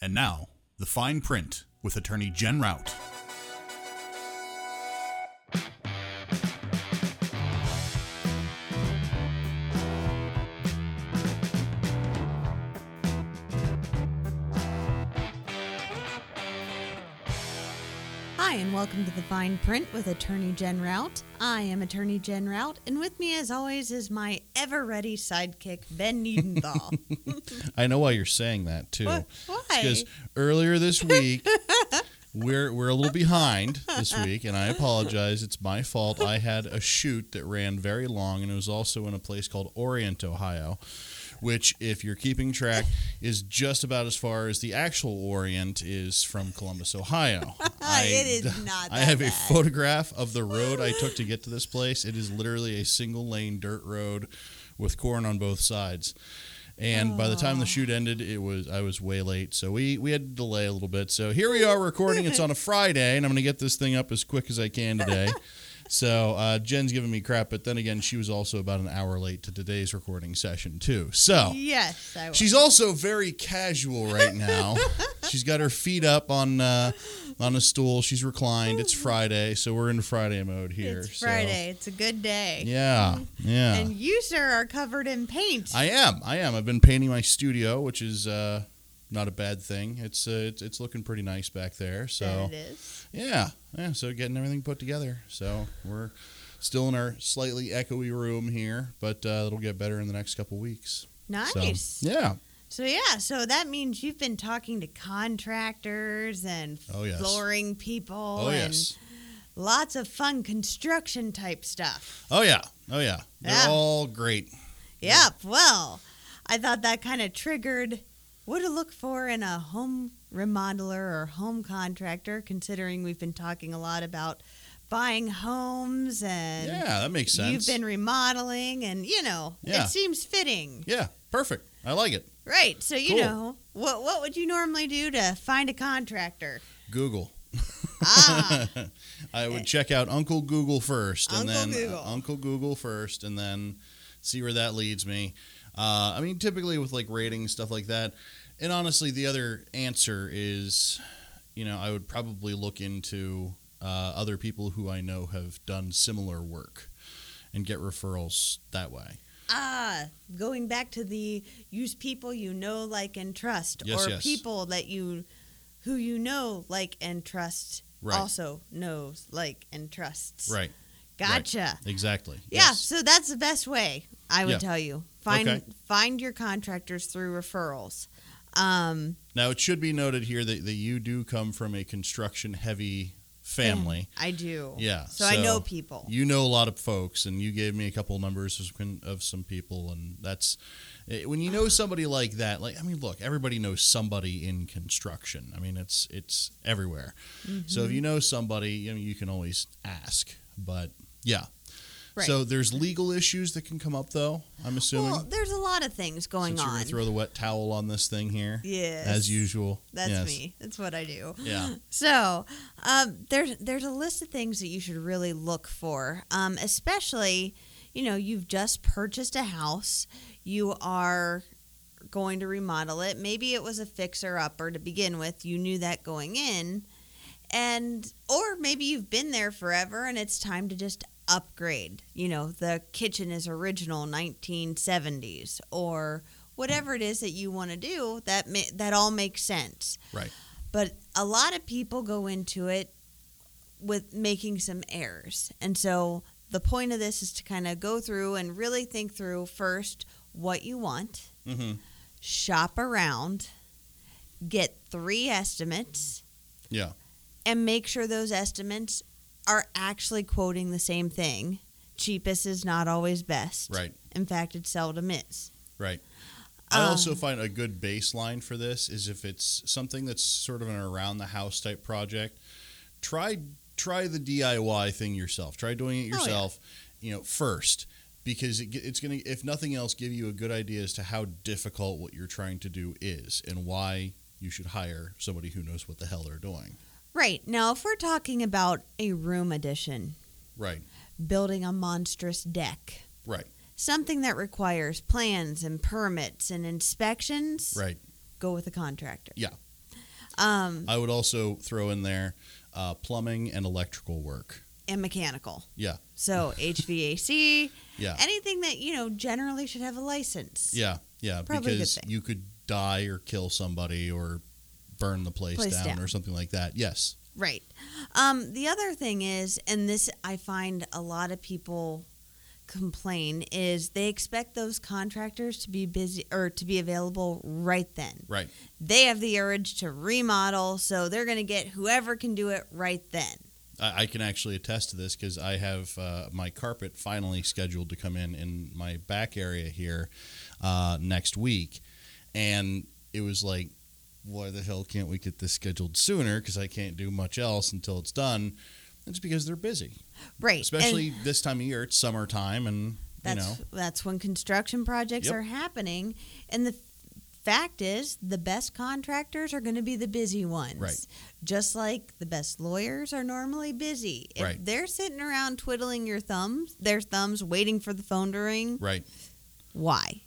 And now, the fine print with attorney Jen Rout. Hi, and welcome to the Fine Print with Attorney Jen Rout. I am Attorney Jen Rout, and with me, as always, is my ever ready sidekick, Ben Niedenthal. I know why you're saying that too. Wh- why? Because earlier this week, we're we're a little behind this week, and I apologize. It's my fault. I had a shoot that ran very long, and it was also in a place called Orient, Ohio, which, if you're keeping track, is just about as far as the actual Orient is from Columbus, Ohio. It is not I that have a bad. photograph of the road I took to get to this place. It is literally a single lane dirt road with corn on both sides. And by the time the shoot ended, it was I was way late, so we we had to delay a little bit. So here we are recording. It's on a Friday, and I'm going to get this thing up as quick as I can today. So uh, Jen's giving me crap, but then again, she was also about an hour late to today's recording session too. So yes, I was. She's also very casual right now. She's got her feet up on uh, on a stool. She's reclined. It's Friday, so we're in Friday mode here. Mm. It's so- Friday. It's a good day. Yeah, yeah. And you, sir, are covered in paint. I am. I am. I've been painting my studio, which is uh, not a bad thing. It's uh, it's it's looking pretty nice back there. So That it is. yeah, yeah. So getting everything put together. So we're still in our slightly echoey room here, but uh, it'll get better in the next couple weeks. So, Nice. yeah. So yeah, so that means you've been talking to contractors and Oh, yes. flooring people Oh and yes. lots of fun construction type stuff. Oh yeah. Oh yeah. They're Yeah. all great. Yep. Well, I thought that kind of triggered what to look for in a home remodeler or home contractor, considering we've been talking a lot about buying homes and yeah, that makes sense. you've been remodeling and you know, Yeah. it seems fitting. yeah, perfect. I like it. Right. So you Cool. know, what what would you normally do to find a contractor? Google. Ah. I would check out Uncle Google first, and Uncle then uh, Google. Uncle Google first, and then see where that leads me. Uh, I mean, typically with like ratings stuff like that, and honestly, the other answer is, you know, I would probably look into uh, other people who I know have done similar work, and get referrals that way. Ah, going back to the use people you know, like, and trust, Yes, or yes. people that you who you know, like, and trust Right. also knows, like, and trusts. Right. Gotcha. Exactly. Yeah, Yes. so that's the best way I would Yeah. tell you. Find Okay. find your contractors through referrals. Um, Now, it should be noted here that, that you do come from a construction heavy family. I do. Yeah, So, I know so people. You know a lot of folks, and you gave me a couple numbers of some- of some people, and that's eh, when you know somebody like that. Like, I mean, look, everybody knows somebody in construction. I mean, it's it's everywhere. So Mm-hmm. if you know somebody, I mean, you can always ask. But yeah, Right. so there's legal issues that can come up, though. I'm assuming well, there's a lot of things going since you're on. gonna throw the wet towel on this thing here, Yes. as usual. That's Yes. me. That's what I do. Yeah. So um, there's there's a list of things that you should really look for, um, especially you know you've just purchased a house, you are going to remodel it. Maybe it was a fixer upper to begin with. You knew that going in, and or maybe you've been there forever and it's time to just upgrade. You know the kitchen is original 1970s or whatever it is that you want to do. That ma- that all makes sense Right. but a lot of people go into it with making some errors and so the point of this is to kind of go through and really think through first what you want Mm-hmm. shop around get three estimates Yeah. and make sure those estimates are actually quoting the same thing cheapest is not always best Right. in fact it seldom is Right. I Um, also find a good baseline for this is if it's something that's sort of an around the house type project, try try the DIY thing yourself. Try doing it Oh, yeah. yourself, you know, first because it, ge- it's going to if nothing else give you a good idea as to how difficult what you're trying to do is and why you should hire somebody who knows what the hell they're doing. right now if we're talking about a room addition Right. building a monstrous deck Right. something that requires plans and permits and inspections, Right. go with a contractor. Yeah. um, I would also throw in there uh, plumbing and electrical work. and mechanical. Yeah, So HVAC, yeah, anything that you know generally should have a license. yeah, yeah. Probably a good because thing. you could die or kill somebody or burn the place, Place down, down. or something like that. Yes. Right. Um, the other thing is, and this I find a lot of people complain is they expect those contractors to be busy or to be available right then. Right. They have the urge to remodel, so they're going to get whoever can do it right then. I, I can actually attest to this because I have uh, my carpet finally scheduled to come in in my back area here uh, next week, and it was like, why the hell can't we get this scheduled sooner? Because I can't do much else until it's done. It's because they're busy, Right. especially and this time of year. It's summertime, and you that's know, that's when construction projects Yep. are happening, and the fact is the best contractors are going to be the busy ones Right. just like the best lawyers are normally busy if Right. they're sitting around twiddling your thumbs their thumbs waiting for the phone to ring right? why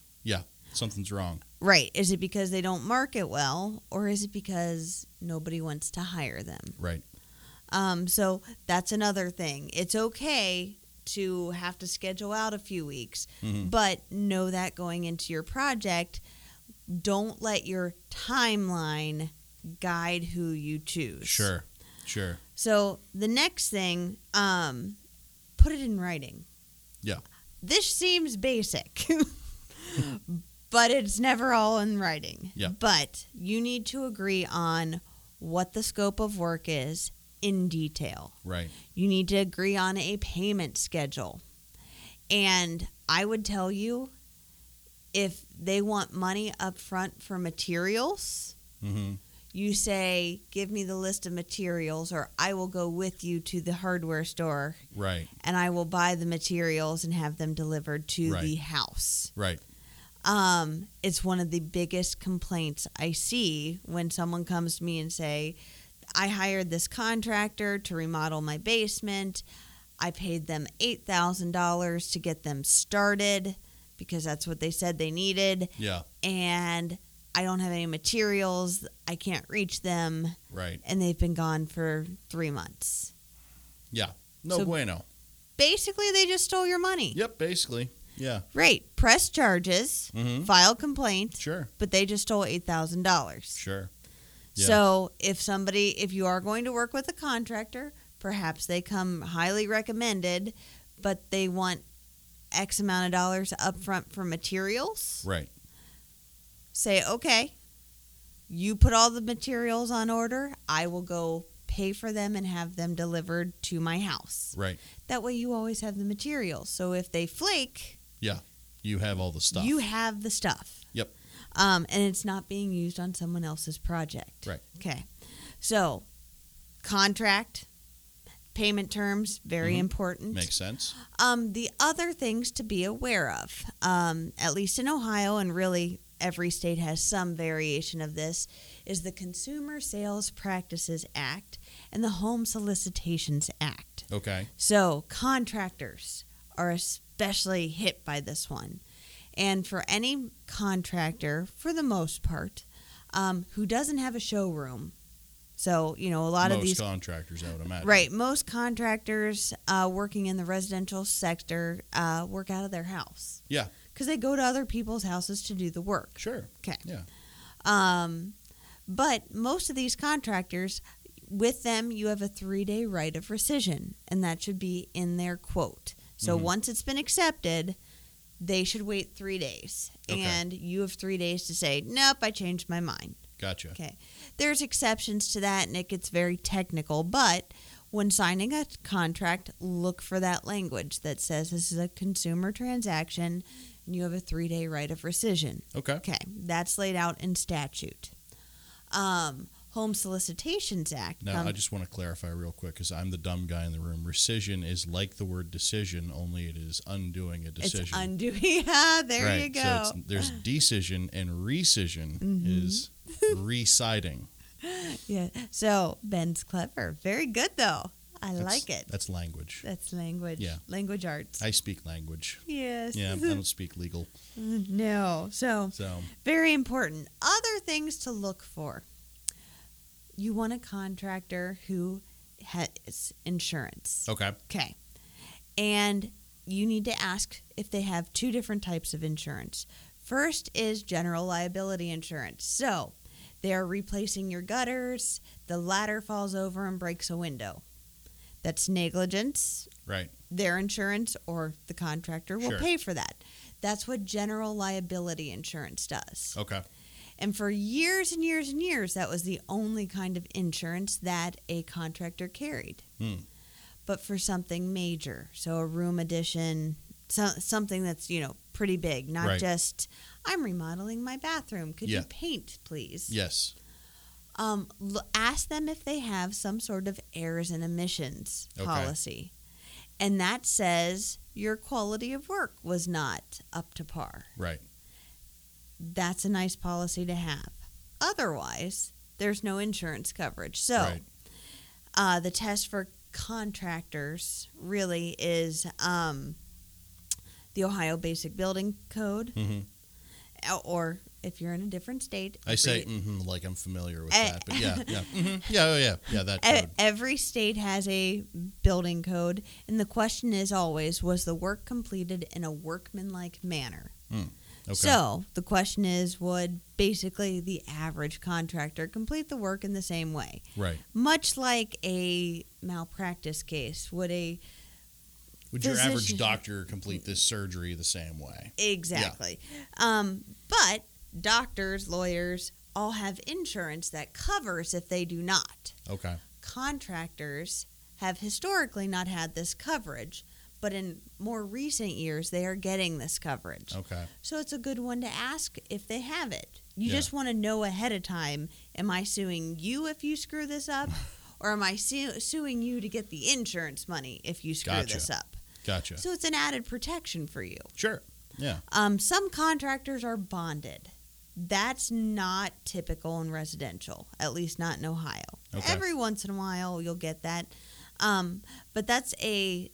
Something's wrong. right is it because they don't market well or is it because nobody wants to hire them Right. um, so that's another thing it's okay to have to schedule out a few weeks Mhm. but know that going into your project don't let your timeline guide who you choose Sure. Sure. so the next thing um put it in writing Yeah. this seems basic but it's never all in writing Yeah. but you need to agree on what the scope of work is in detail Right. you need to agree on a payment schedule. And I would tell you if they want money up front for materials, Mm-hmm. you say, Give me the list of materials, or I will go with you to the hardware store Right. and I will buy the materials and have them delivered to Right. the house. Right. Um, it's one of the biggest complaints I see when someone comes to me and say, "I hired this contractor to remodel my basement. I paid them eight thousand dollars to get them started because that's what they said they needed, Yeah. and I don't have any materials. I can't reach them, Right. and they've been gone for three months. No So- bueno. Basically, they just stole your money. Yep. Basically. Yeah. Right? Press charges, Mm-hmm. file complaint, Sure. but they just stole eight thousand dollars. Sure. Yeah. So if somebody, if you are going to work with a contractor, perhaps they come highly recommended, but they want X amount of dollars upfront for materials. Right. Say, okay, you put all the materials on order. I will go pay for them and have them delivered to my house. Right. That way you always have the materials. So if they flake, You have all the stuff. you have the stuff. Yep. Um, and it's not being used on someone else's project. Right. Okay. So, contract, payment terms, very Mhm. important. Makes sense. Um, the other things to be aware of, um, at least in Ohio, and really every state has some variation of this, is the Consumer Sales Practices Act and the Home Solicitations Act. Okay. So, contractors are especially hit by this one. And for any contractor, for the most part, um, who doesn't have a showroom, so, you know, a lot Most of these. contractors, I would imagine. Right, most contractors uh, working in the residential sector uh, work out of their house. Yeah. Because they go to other people's houses to do the work. Sure. Okay. Yeah. Um, but most of these contractors, with them, you have a three day right of rescission, and that should be in their quote. So Mhm. once it's been accepted, they should wait three days, Okay. and you have three days to say, "Nope, I changed my mind." Gotcha. Okay. There's exceptions to that, and it gets very technical. But when signing a contract, look for that language that says this is a consumer transaction, and you have a three day right of rescission. Okay. Okay, that's laid out in statute. Um, Home Solicitations Act. Now, comes- I just want to clarify real quick because I'm the dumb guy in the room. Rescission is like the word decision, only it is undoing a decision. It's undoing. Yeah, there right. you go. Mm-hmm. So it's, there's decision and rescission is residing. yeah. So Ben's clever. Very good though. I That's- like it. That's language. That's language. Yeah. Language arts. I speak language. yes. Yeah, I don't speak legal. no. So So, very important. Other things to look for. you want a contractor who has insurance. Okay. Okay. And you need to ask if they have two different types of insurance. First is general liability insurance. So they are replacing your gutters, the ladder falls over and breaks a window. That's negligence. Right. Their insurance or the contractor will Sure. pay for that. That's what general liability insurance does. Okay. And for years and years and years, that was the only kind of insurance that a contractor carried. Hmm. But for something major, so a room addition, so, something that's, you know, pretty big, not Right. just, I'm remodeling my bathroom. Could Yeah. you paint, please? Yes. Um, l- ask them if they have some sort of errors and emissions Okay. policy. And that says your quality of work was not up to par Right. that's a nice policy to have. Otherwise, there's no insurance coverage. So, Right. uh, the test for contractors really is um, the Ohio Basic Building Code, hmm o- or if you're in a different state, I say every- hmm like I'm familiar with Eh. that, but yeah, yeah, hmm yeah, oh, yeah, yeah. That e- code. every state has a building code, and the question is always: Was the work completed in a workmanlike manner? Okay. So the question is would basically the average contractor complete the work in the same way? right. Much like a malpractice case, would a Would your average Physician- doctor complete this surgery the same way? exactly. Um, but doctors, lawyers all have insurance that covers if they do not. Okay. Contractors have historically not had this coverage, but in more recent years they are getting this coverage. Okay. So it's a good one to ask if they have it. You Yeah. just want to know ahead of time am I suing you if you screw this up? Or am I su- suing you to get the insurance money if you screw Gotcha. this up? Gotcha. So it's an added protection for you. sure. Yeah. Um, some contractors are bonded. That's not typical in residential, at least not in Ohio. Okay. Every once in a while, you'll get that. Um, but that's a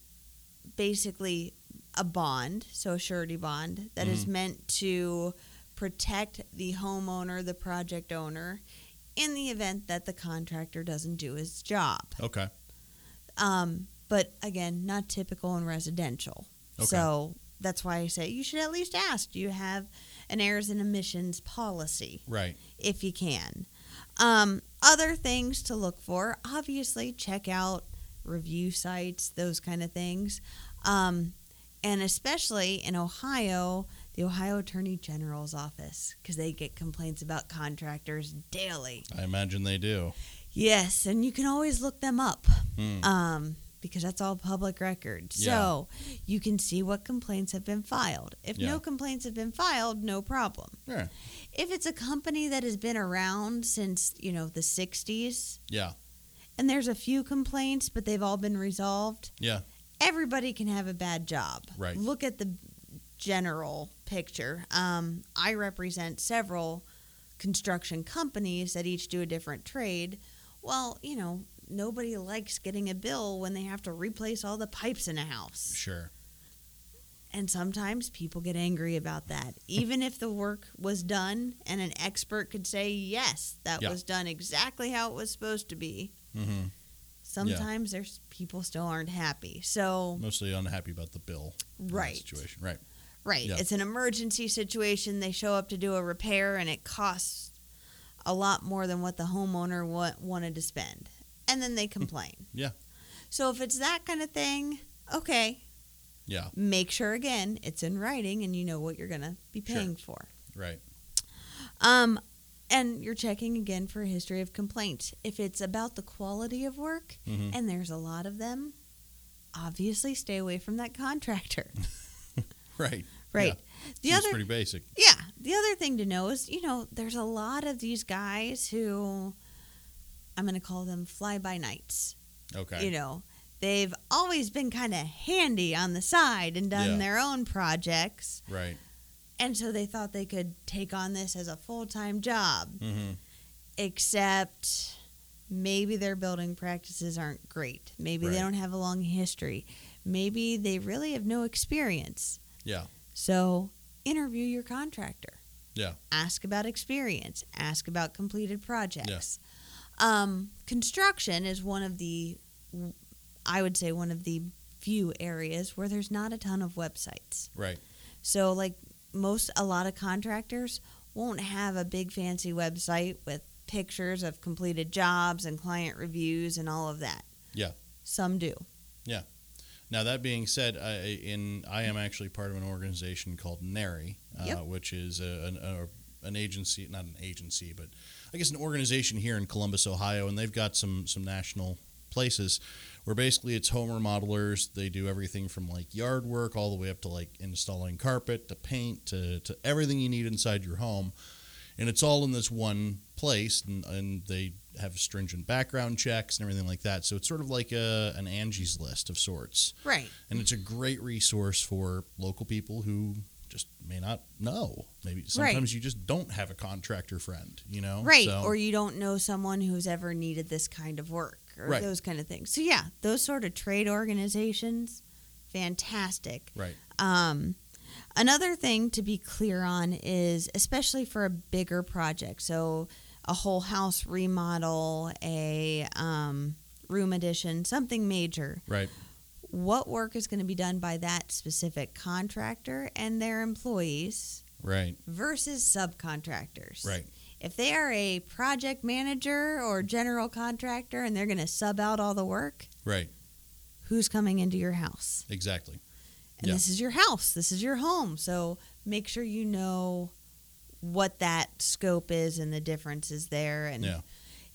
basically a bond, so a surety bond, that is meant to protect the homeowner, the project owner, in the event that the contractor doesn't do his job. Okay. Um, but again, not typical in residential. Okay. So that's why I say you should at least ask. Do you have an errors and emissions policy Right. if you can? Um, other things to look for obviously, check out review sites, those kind of things. Um, and especially in Ohio, the Ohio Attorney General's office, because they get complaints about contractors daily. I imagine they do. Yes, and you can always look them up Hmm. um, because that's all public record. So you can see what complaints have been filed. If Yeah. no complaints have been filed, no problem. Yeah. If it's a company that has been around since, you know, the 60s Yeah. and there's a few complaints, but they've all been resolved, Yeah. everybody can have a bad job. Right. Look at the general picture. Um, I represent several construction companies that each do a different trade. Well, you know, nobody likes getting a bill when they have to replace all the pipes in a house. Sure. And sometimes people get angry about that. Even if the work was done and an expert could say, yes, that Yeah. was done exactly how it was supposed to be, hmm sometimes there's people still aren't happy. So, Mostly unhappy about the bill. in that right. Situation. Right. Right. Yeah. It's an emergency situation. They show up to do a repair and it costs a lot more than what the homeowner wa- wanted to spend. And then they complain. Hmm. Yeah. So if it's that kind of thing, okay, Yeah. make sure again it's in writing and you know what you're going to be Sure. paying for. Right. Um and you're checking again for a history of complaints. If it's about the quality of work hmm and there's a lot of them, obviously stay away from that contractor. Right. Right. The Seems other pretty basic. Yeah. The other thing to know is, you know, there's a lot of these guys who I'm going to call them fly by nights. Okay. You know, they've always been kind of handy on the side and done Yeah. their own projects. Right. And so they thought they could take on this as a full time job, hmm except maybe their building practices aren't great. Maybe Right. they don't have a long history. Maybe they really have no experience. Yeah. So interview your contractor. Yeah. Ask about experience. Ask about completed projects. Um, construction is one of the, I would say, one of the few areas where there's not a ton of websites. Right. So, like most, a lot of contractors won't have a big fancy website with pictures of completed jobs and client reviews and all of that. Yeah. Some do. Now that being said, I in I am actually part of an organization called NARI, uh, Yep. which is a, an a, an agency, not an agency, but I guess an organization here in Columbus, Ohio, and they've got some some national places where basically it's home remodelers. They do everything from like yard work all the way up to like installing carpet to paint to, to everything you need inside your home. And it's all in this one place, and, and they have stringent background checks and everything like that. So it's sort of like a, an Angie's List of sorts Right. and it's a great resource for local people who just may not know. Maybe sometimes you just don't have a contractor friend, you know? Right. So, Or you don't know someone who's ever needed this kind of work or Right. those kind of things. So, yeah, those sort of trade organizations, fantastic. right. Um, another thing to be clear on is, especially for a bigger project, so a whole house remodel, a um, room addition, something major, Right. what work is going to be done by that specific contractor and their employees Right. versus subcontractors? Right. If they are a project manager or general contractor and they're going to sub out all the work, Right. who's coming into your house? Exactly. and Yeah. this is your house this is your home so make sure you know what that scope is and the difference is there and Yeah.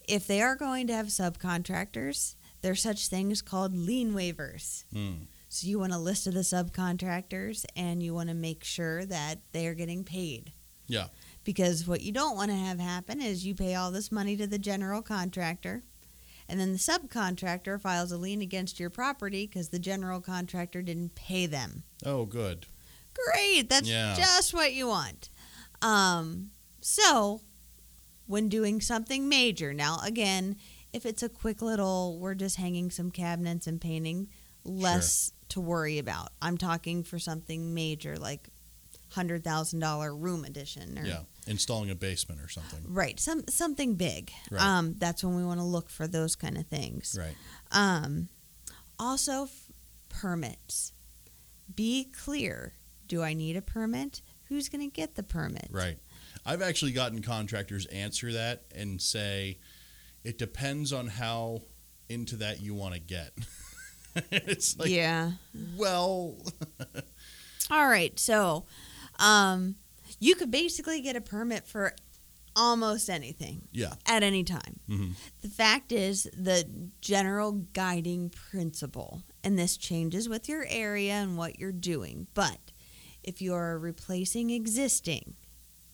if they are going to have subcontractors there's such things called lien waivers Mm. so you want a list of the subcontractors and you want to make sure that they are getting paid Yeah. because what you don't want to have happen is you pay all this money to the general contractor and then the subcontractor files a lien against your property because the general contractor didn't pay them Oh, good. great that's Yeah. just what you want um so when doing something major now again if it's a quick little we're just hanging some cabinets and painting less to worry about i'm talking for something major like $100000 room addition or Yeah. Installing a basement or something. right some something big Right. um that's when we want to look for those kind of things Right. um, also, f- permits. Be clear. Do I need a permit? Who's going to get the permit? Right. I've actually gotten contractors answer that and say, it depends on how into that you want to get. it's like, yeah. well, All right. So, um, you could basically get a permit for almost anything yeah. at any time. Mhm. The fact is, the general guiding principle, and this changes with your area and what you're doing, but if you are replacing existing,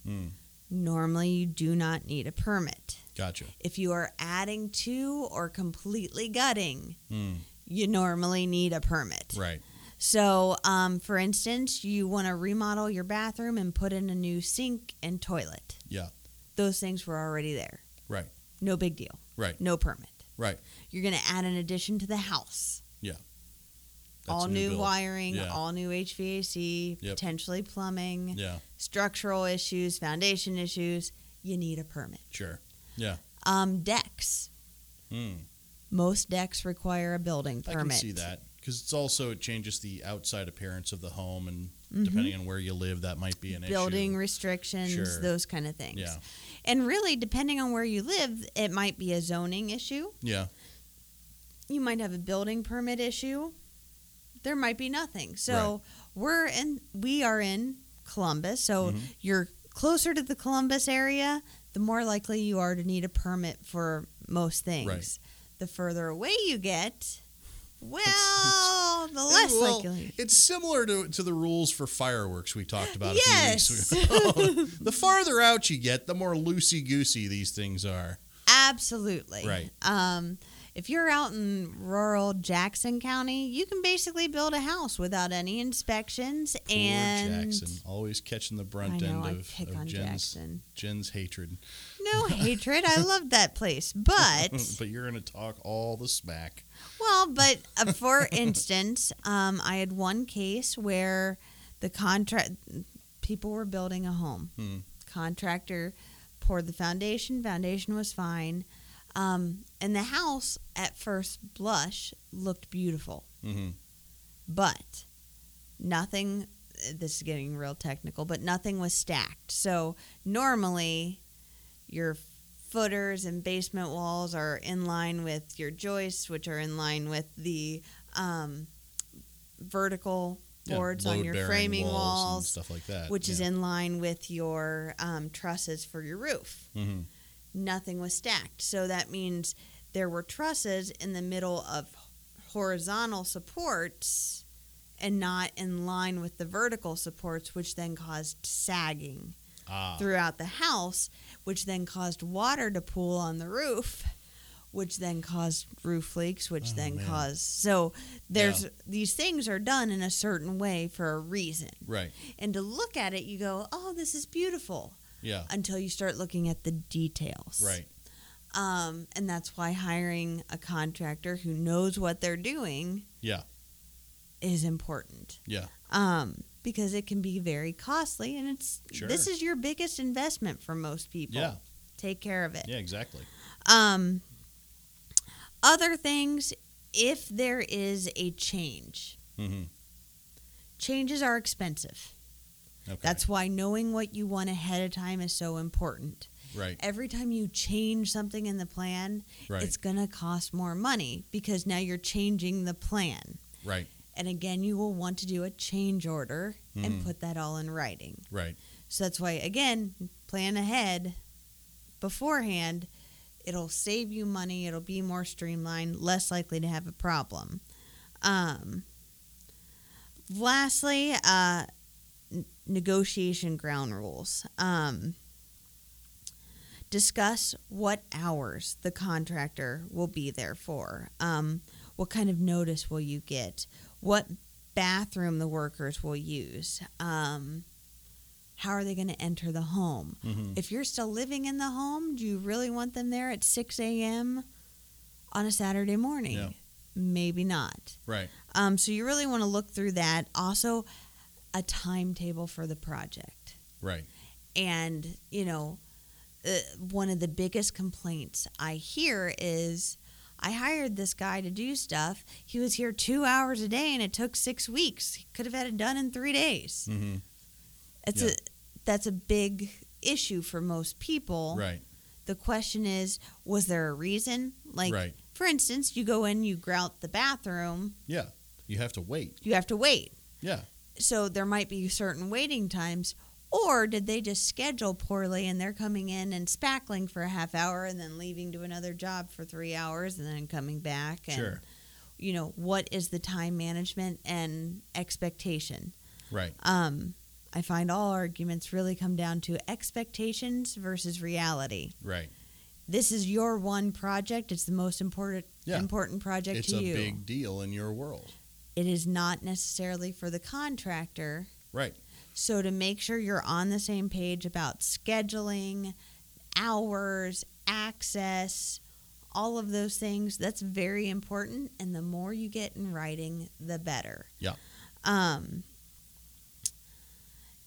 Mm. normally you do not need a permit. Gotcha. If you are adding to or completely gutting, Mm. you normally need a permit. Right. So, um, for instance, you want to remodel your bathroom and put in a new sink and toilet. Yeah. Those things were already there. Right. No big deal. Right. No permit. Right. You're going to add an addition to the house. That's all a new, build. wiring, Yeah. all new HVAC, Yep. potentially plumbing, Yeah. structural issues, foundation issues. You need a permit. Sure. Um, decks. Mm. Most decks require a building I permit. can see that because it's also it changes the outside appearance of the home, and Mhm. depending on where you live, that might be an building issue. restrictions, Sure. those kind of things. Yeah. And really, depending on where you live, it might be a zoning issue. Yeah. You might have a building permit issue. There might be nothing. So we're in, we are in Columbus. So Mhm. you're closer to the Columbus area, the more likely you are to need a permit for most things. The further away you get, well, the less Well, likely. It's similar to, to the rules for fireworks we talked about a Yes, few weeks ago. Oh, the farther out you get, the more loosey goosey these things are. Absolutely. Right. Um, if you're out in rural Jackson County, you can basically build a house without any inspections Poor and Jackson always catching the I brunt know I end of, pick of on Jen's, Jackson. Jen's hatred. No hatred. I love that place, but but you're going to talk all the smack. well, but uh, for instance, um, I had one case where the contract people were building a home. Hmm. Contractor poured the foundation. Foundation was fine. Um, and the house at first blush looked beautiful, hmm but nothing. This is getting real technical, but nothing was stacked. So normally, your footers and basement walls are in line with your joists, which are in line with the um, vertical boards on your framing walls, and stuff like that, which is in line with your um, trusses for your roof hmm nothing was stacked. So that means there were trusses in the middle of horizontal supports and not in line with the vertical supports, which then caused sagging Ah, throughout the house, which then caused water to pool on the roof. Which then caused roof leaks, which Oh, then man. caused so there's these things are done in a certain way for a reason, right. and to look at it, you go, "Oh, this is beautiful," Yeah, until you start looking at the details, right. um, and that's why hiring a contractor who knows what they're doing Yeah, is important. yeah, Um, because it can be very costly, and it's Sure. this is your biggest investment for most people. Yeah. Take care of it. yeah. Exactly. Um, other things, if there is a change, hmm changes are expensive. Okay. That's why knowing what you want ahead of time is so important. right. Every time you change something in the plan, Right. it's going to cost more money because now you're changing the plan. right. And again, you will want to do a change order and Mm. put that all in writing. Right. So that's why, again, plan ahead beforehand. It'll save you money, it'll be more streamlined, less likely to have a problem. Um, lastly, uh, n- negotiation ground rules. Um, discuss what hours the contractor will be there for. Um, what kind of notice will you get? What bathroom the workers will use? Um, how are they going to enter the home? hmm If you're still living in the home, do you really want them there at 6 a.m. on a Saturday morning? Yeah. Maybe not. Right. Um, so you really want to look through that. Also, a timetable for the project. Right. And, you know, uh, one of the biggest complaints I hear is I hired this guy to do stuff. He was here two hours a day and it took six weeks. He could have had it done in three days. hmm It's Yeah. a, that's a big issue for most people. Right. The question is, was there a reason? Like, right. for instance, you go in, you grout the bathroom, Yeah. You have to wait. you have to wait. Yeah. so there might be certain waiting times or did they just schedule poorly and they're coming in and spackling for a half hour and then leaving to another job for three hours and then coming back and Sure. you know what is the time management and expectation Right. um, i find all arguments really come down to expectations versus reality Right. this is your one project it's the most important Yeah. important project It's to a you big deal in your world. it is not necessarily for the contractor Right. So to make sure you're on the same page about scheduling, hours, access, all of those things, that's very important. And the more you get in writing, the better. Yeah. Um.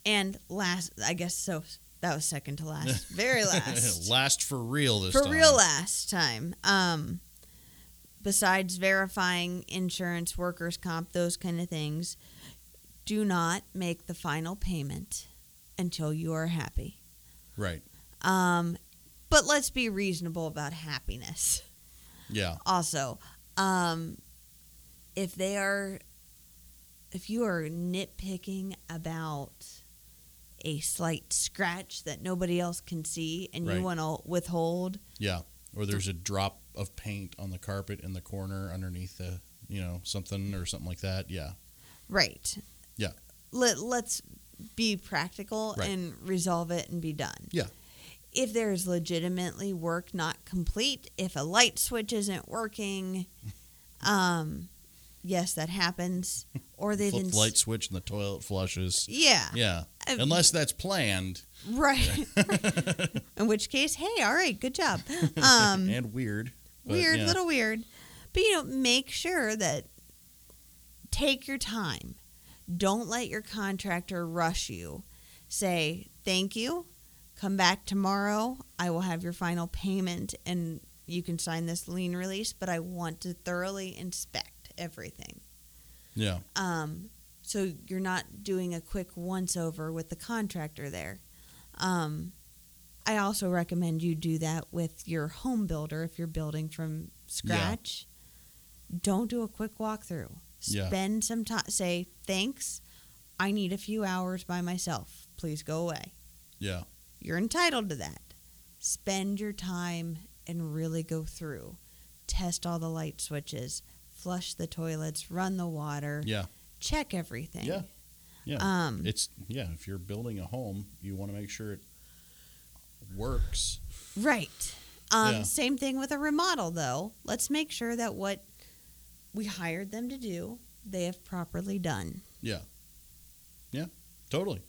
And last, I guess so. That was second to last, very last last for real this for time. real last time. Um, besides verifying insurance, workers' comp, those kind of things, do not make the final payment until you are happy. Right. Um, but let's be reasonable about happiness. Yeah. Also, um, if they are, if you are nitpicking about a slight scratch that nobody else can see and Right. you want to withhold, Yeah. Or there's a drop of paint on the carpet in the corner underneath the, you know, something or something like that. Yeah. Right. Yeah. Let, let's be practical Right. and resolve it and be done. Yeah. If there is legitimately work not complete, if a light switch isn't working, um, yes, that happens. Or they've Flip ins- the light switch and the toilet flushes. Yeah. Yeah. Uh, Unless that's planned Right. In which case, hey, all right, good job. Um, and weird. but weird, yeah. little weird. But you know, make sure that take your time. Don't let your contractor rush you. Say thank you. Come back tomorrow. I will have your final payment, and you can sign this lien release, but I want to thoroughly inspect everything. Yeah. Um, so you're not doing a quick once over with the contractor there. Um, I also recommend you do that with your home builder if you're building from scratch. Don't do a quick walkthrough. Yeah. Spend some time. Say thanks. I need a few hours by myself. Please go away. Yeah. You're entitled to that. Spend your time and really go through. Test all the light switches, flush the toilets, run the water, Yeah. check everything. Yeah. Yeah. Um, it's yeah, if you're building a home, you want to make sure it works. Right. Um, Yeah. Same thing with a remodel, though. Let's make sure that what we hired them to do, they have properly done. Yeah. Yeah. Totally.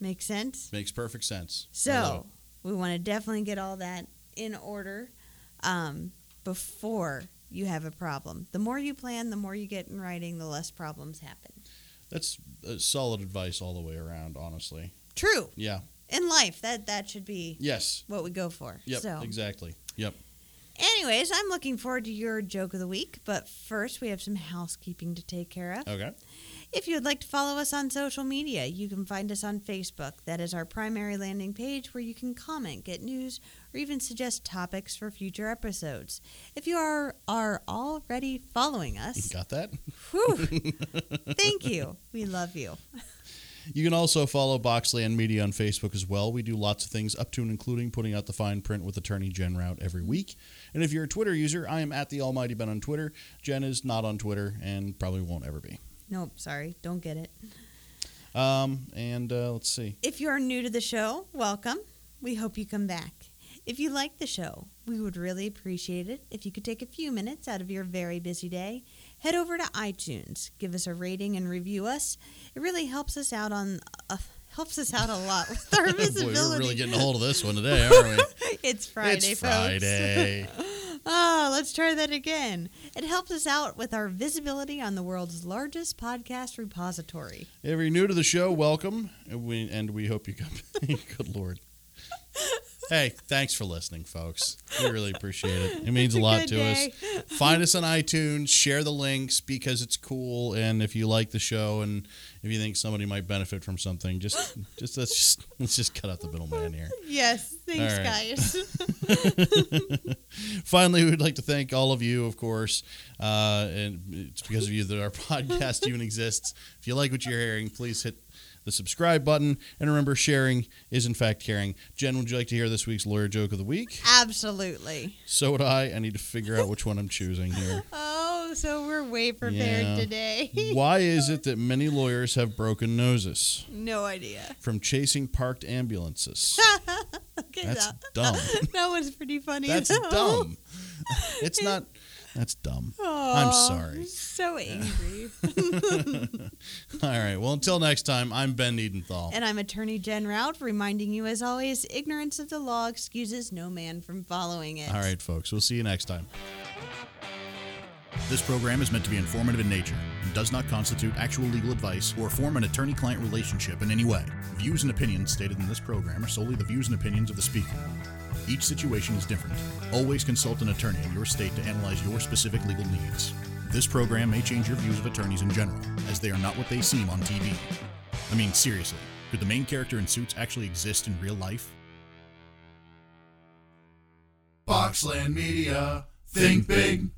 Make sense? Makes perfect sense. I love So we want to definitely get all that in order um, before you have a problem. The more you plan, the more you get in writing, the less problems happen. it. that's uh, solid advice all the way around, honestly. True Yeah. in life. That that should be Yes. what we go for. Yep. so, Exactly. Yep. anyways, I'm looking forward to your joke of the week. But first, we have some housekeeping to take care of. Okay. If you would like to follow us on social media, you can find us on Facebook. That is our primary landing page where you can comment, get news, or even suggest topics for future episodes. If you are, are already following us, Got that? whew, thank you. We love you. You can also follow Boxland Media on Facebook as well. We do lots of things up to and including putting out the fine print with Attorney Jen Route every week. And if you're a Twitter user, I am at the Almighty Ben on Twitter. Jen is not on Twitter and probably won't ever be. Nope, sorry, don't get it. Um, and uh, let's see. If you are new to the show, welcome. We hope you come back. If you like the show, we would really appreciate it if you could take a few minutes out of your very busy day. Head over to iTunes, give us a rating and review us. It really helps us out on uh, helps us out a lot with our Boy, visibility. we're really getting a hold of this one today, aren't we? it's Friday, it's folks. Friday. Oh, let's try that again. It helps us out with our visibility on the world's largest podcast repository. if you're new to the show, welcome. And we, and we hope you come. Good Lord. Hey, thanks for listening, folks. We really appreciate it. It means a It's a lot good to day. us. Find us on iTunes, share the links because it's cool. And if you like the show and if you think somebody might benefit from something, just just let's just let's just cut out the middleman here. Yes, thanks, All right. guys. Finally, we'd like to thank all of you, of course, uh, and it's because of you that our podcast even exists. If you like what you're hearing, please hit the subscribe button, and remember, sharing is in fact caring. Jen, would you like to hear this week's lawyer joke of the week? Absolutely. So would I. I need to figure out which one I'm choosing here. Oh, so we're way prepared Yeah. today. Why is it that many lawyers have broken noses no idea. from chasing parked ambulances? Okay, That's that, dumb. that was pretty funny. That's though. dumb. It's not. That's dumb. I'm Aw, sorry. So angry. All right. Well, until next time, I'm Ben Edenthal. and I'm Attorney Jen Rout, reminding you as always, ignorance of the law excuses no man from following it. All right, folks. We'll see you next time. This program is meant to be informative in nature and does not constitute actual legal advice or form an attorney client relationship in any way. Views and opinions stated in this program are solely the views and opinions of the speaker. Each situation is different. Always consult an attorney in your state to analyze your specific legal needs. This program may change your views of attorneys in general, as they are not what they seem on TV. I mean, seriously, could the main character in Suits actually exist in real life? Boxland Media. Think big.